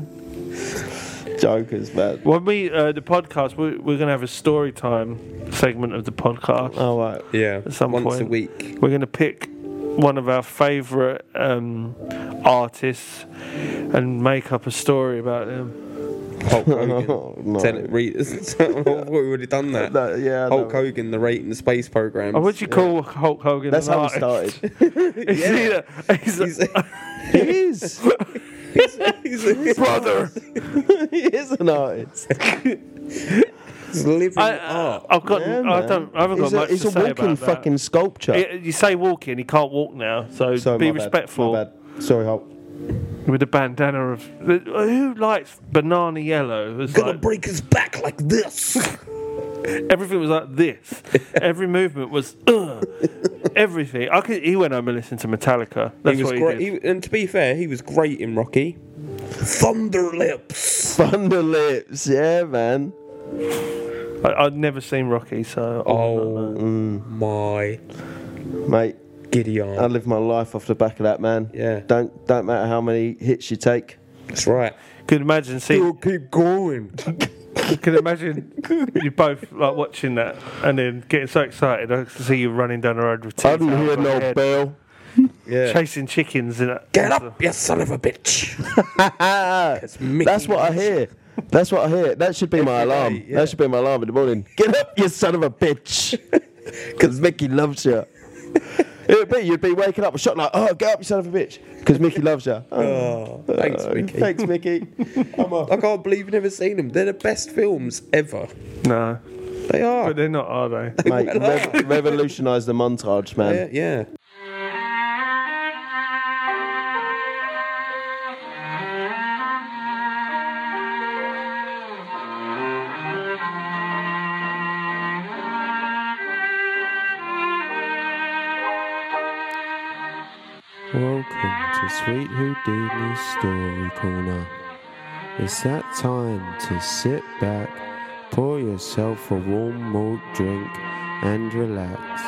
Speaker 1: Jokers, man.
Speaker 2: When we uh, the podcast, we, we're gonna have a story time segment of the podcast.
Speaker 1: Oh, right.
Speaker 3: Yeah.
Speaker 2: some
Speaker 3: once a
Speaker 2: point.
Speaker 3: week.
Speaker 2: We're gonna pick one of our favourite um, artists and make up a story about them.
Speaker 3: Hulk Hogan.
Speaker 1: Oh, no.
Speaker 3: Tell it, read. I've already done that.
Speaker 1: No, yeah,
Speaker 3: Hulk
Speaker 1: no.
Speaker 3: Hogan, the rate in the space program.
Speaker 2: Oh, what do you call Hulk Hogan?
Speaker 1: That's
Speaker 2: an
Speaker 1: how we
Speaker 2: artist?
Speaker 1: started.
Speaker 2: Is he a- he's a-
Speaker 3: He's,
Speaker 1: It is.
Speaker 3: he's, he's,
Speaker 2: brother.
Speaker 1: he is an artist.
Speaker 3: he's living
Speaker 2: I, uh,
Speaker 3: art.
Speaker 2: I've got.
Speaker 1: Yeah,
Speaker 2: I
Speaker 1: man.
Speaker 2: don't. I haven't
Speaker 1: He's
Speaker 2: got much
Speaker 1: a, he's
Speaker 2: to
Speaker 1: a
Speaker 2: say
Speaker 1: walking
Speaker 2: about that.
Speaker 1: fucking sculpture.
Speaker 2: It- you say walking, he can't walk now. So
Speaker 1: Sorry,
Speaker 2: be
Speaker 1: my bad.
Speaker 2: respectful
Speaker 1: My bad. Sorry, Hulk.
Speaker 2: with a bandana of. Who likes banana yellow? It's like-
Speaker 3: break his back like this.
Speaker 2: Everything was like this. Every movement was uh, everything. I could, he went home and listened to Metallica. That's
Speaker 3: he was
Speaker 2: what he
Speaker 3: great.
Speaker 2: did.
Speaker 3: he- and to be fair, he was great in Rocky. Thunder lips.
Speaker 1: Thunder lips. Yeah, man.
Speaker 2: I, I'd never seen Rocky, so I
Speaker 3: Oh
Speaker 2: wouldn't know.
Speaker 3: my
Speaker 1: Mate,
Speaker 3: giddy
Speaker 1: I
Speaker 3: arm.
Speaker 1: live my life off the back of that, man.
Speaker 3: Yeah.
Speaker 1: Don't don't matter how many hits you take.
Speaker 3: That's right.
Speaker 2: could imagine see.
Speaker 3: keep going.
Speaker 2: could imagine you both like watching that and then getting so excited. I could see you running down the road with
Speaker 1: I
Speaker 2: teeth
Speaker 1: didn't
Speaker 2: out
Speaker 1: hear
Speaker 2: of your
Speaker 1: no
Speaker 2: head,
Speaker 1: bell.
Speaker 3: Yeah.
Speaker 2: chasing chickens. And that-
Speaker 3: Get up, you son of a bitch. It's Mickey
Speaker 1: That's what I hear. That's what I hear. That should be my
Speaker 3: Every day,
Speaker 1: alarm.
Speaker 3: yeah.
Speaker 1: That should be my alarm in the morning. Get up, you son of a bitch. Because Mickey loves you. It would be, you'd be waking up a shot like, oh, get up, you son of a bitch. Because Mickey loves you.
Speaker 3: Oh, thanks, Mickey.
Speaker 1: Uh, Thanks, Mickey. I'm off.
Speaker 3: I can't believe you've never seen them. They're the best films ever.
Speaker 2: No,
Speaker 3: They are.
Speaker 2: but they're not, are they?
Speaker 1: Mate, rev- revolutionise the montage, man.
Speaker 3: Yeah, yeah.
Speaker 5: Welcome to Sweet Houdini's Story Corner. It's that time to sit back, pour yourself a warm malt drink, and relax.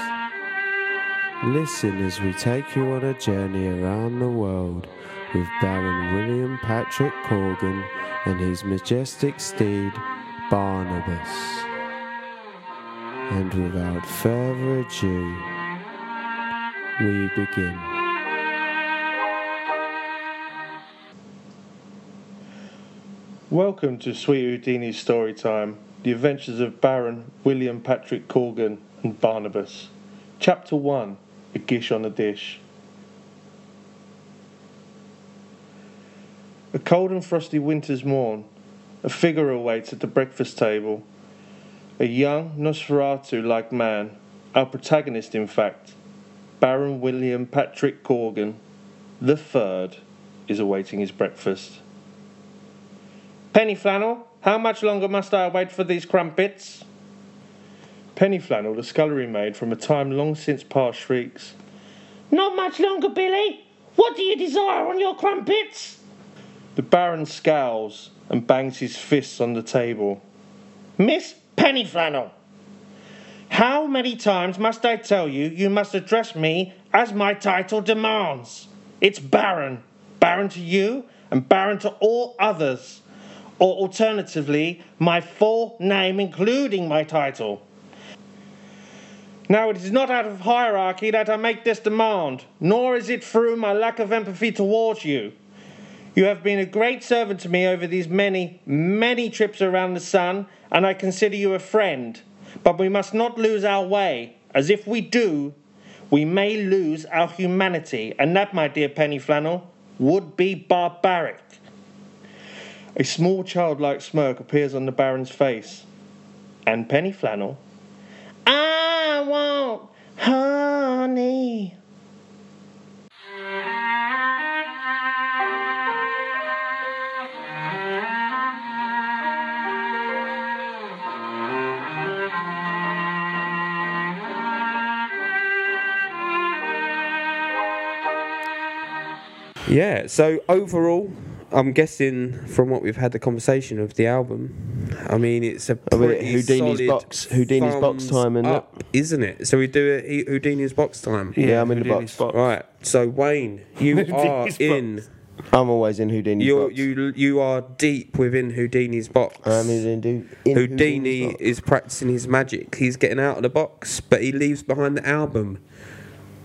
Speaker 5: Listen as we take you on a journey around the world with Baron William Patrick Corgan and his majestic steed, Barnabas. And without further ado, we begin.
Speaker 2: Welcome to Sweet Houdini's Story Time: The Adventures of Baron William Patrick Corgan and Barnabas. Chapter 1 A Gish on a Dish.
Speaker 7: A cold and frosty winter's morn, a figure awaits at the breakfast table. A young Nosferatu like man, our protagonist in fact, Baron William Patrick Corgan, the third, is awaiting his breakfast. Penny Flannel, how much longer must I wait for these crumpets? Penny Flannel, the scullery maid from a time long since past, shrieks, Not much longer, Billy! What do you desire on your crumpets? The Baron scowls and bangs his fists on the table. Miss Penny Flannel, how many times must I tell you you must address me as my title demands? It's Baron. Baron to you and Baron to all others. Or alternatively, my full name, including my title. Now, it is not out of hierarchy that I make this demand, nor is it through my lack of empathy towards you. You have been a great servant to me over these many, many trips around the sun, and I consider you a friend. But we must not lose our way, as if we do, we may lose our humanity, and that, my dear Penny Flannel, would be barbaric. A small childlike smirk appears on the Baron's face, and Penny Flannel. I want honey.
Speaker 3: Yeah, so overall, I'm guessing from what we've had the conversation of the album, I mean, it's a
Speaker 1: I mean,
Speaker 3: pretty
Speaker 1: Oh, Houdini's
Speaker 3: solid
Speaker 1: box- Houdini's box
Speaker 3: thumbs
Speaker 1: time, isn't it?
Speaker 3: up, isn't it? So we do a Houdini's box time.
Speaker 1: Yeah, I'm in the box.
Speaker 3: Right. So Wayne, you are
Speaker 7: Houdini's
Speaker 3: in.
Speaker 1: I'm always in Houdini's
Speaker 3: You're,
Speaker 1: box.
Speaker 3: you you are deep within Houdini's box.
Speaker 1: I'm in, Houdini- in Houdini's
Speaker 3: Houdini
Speaker 1: box.
Speaker 3: is practicing his magic. He's getting out of the box, but he leaves behind the album.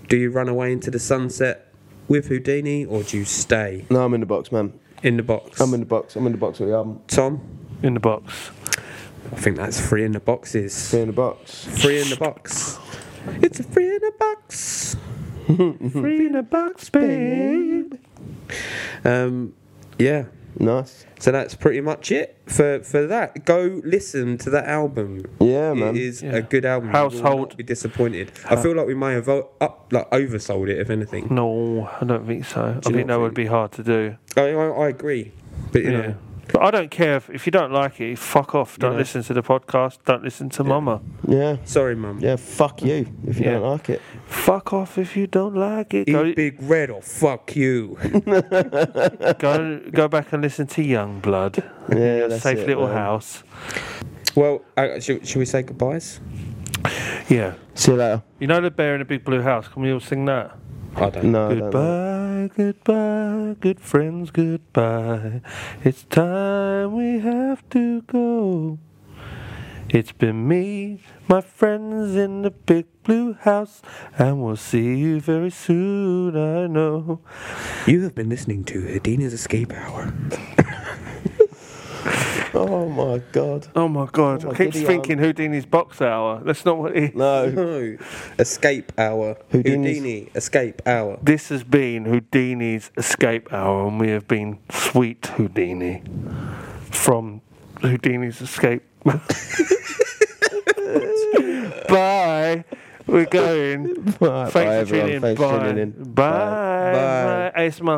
Speaker 3: Do you run away into the sunset with Houdini, or do you stay
Speaker 1: No, I'm in the box, man.
Speaker 3: in the box?
Speaker 1: I'm in the box. I'm in the box with the album.
Speaker 3: Tom,
Speaker 7: In the box.
Speaker 3: I think that's three in the boxes.
Speaker 1: Be in the box.
Speaker 3: Free in the box. It's a free in the box.
Speaker 1: Hmm.
Speaker 7: Free in the box, babe.
Speaker 3: Um, yeah.
Speaker 1: Nice.
Speaker 3: So that's pretty much it for, for that. Go listen to that album.
Speaker 1: Yeah, man.
Speaker 3: It is
Speaker 7: Yeah.
Speaker 3: a good album. You will
Speaker 7: Household.
Speaker 3: not be disappointed. I feel like we may have o- up like oversold it, if anything.
Speaker 7: No, I don't think so. I
Speaker 3: you
Speaker 7: think
Speaker 3: not
Speaker 7: that
Speaker 3: think-
Speaker 7: would be hard to do.
Speaker 3: I, I, I agree, but you
Speaker 7: Yeah.
Speaker 3: know,
Speaker 7: But I don't care if, if you don't like it, fuck off. Don't
Speaker 3: know.
Speaker 7: listen to the podcast. Don't listen to Mama.
Speaker 1: Yeah.
Speaker 3: sorry, mum.
Speaker 1: Yeah, fuck you if you
Speaker 7: Yeah.
Speaker 1: don't like it.
Speaker 7: Fuck off if you don't like it. Go,
Speaker 3: Eat big red or fuck you.
Speaker 7: go, go back and listen to Young Blood.
Speaker 1: Yeah, that's
Speaker 7: Safe
Speaker 1: it,
Speaker 7: Little
Speaker 1: man.
Speaker 7: House.
Speaker 3: well, uh, should, should we say goodbyes?
Speaker 7: Yeah.
Speaker 1: See you later.
Speaker 7: You know the bear in the big blue house? Can we all sing that?
Speaker 3: I don't.
Speaker 1: No, I don't know.
Speaker 7: Goodbye, goodbye, good friends, goodbye. It's time we have to go. It's been me, my friends in the big blue house, and we'll see you very soon, I know.
Speaker 3: You have been listening to Houdini's Escape Hour.
Speaker 1: Oh my god.
Speaker 7: Oh my god,
Speaker 1: Oh,
Speaker 7: I keep
Speaker 1: did he,
Speaker 7: thinking Houdini's box hour. That's not what he.
Speaker 1: No.
Speaker 3: No, Escape Hour.
Speaker 1: Houdini's-
Speaker 3: Houdini Escape Hour.
Speaker 7: This has been Houdini's escape hour, and we have been sweet Houdini from Houdini's escape. Bye. We're going.
Speaker 1: Bye,
Speaker 7: Thanks
Speaker 1: bye,
Speaker 7: for tuning
Speaker 1: everyone.
Speaker 7: in.
Speaker 1: Thanks for
Speaker 7: Bye.
Speaker 1: tuning in.
Speaker 7: Bye. Bye. Bye. Esma.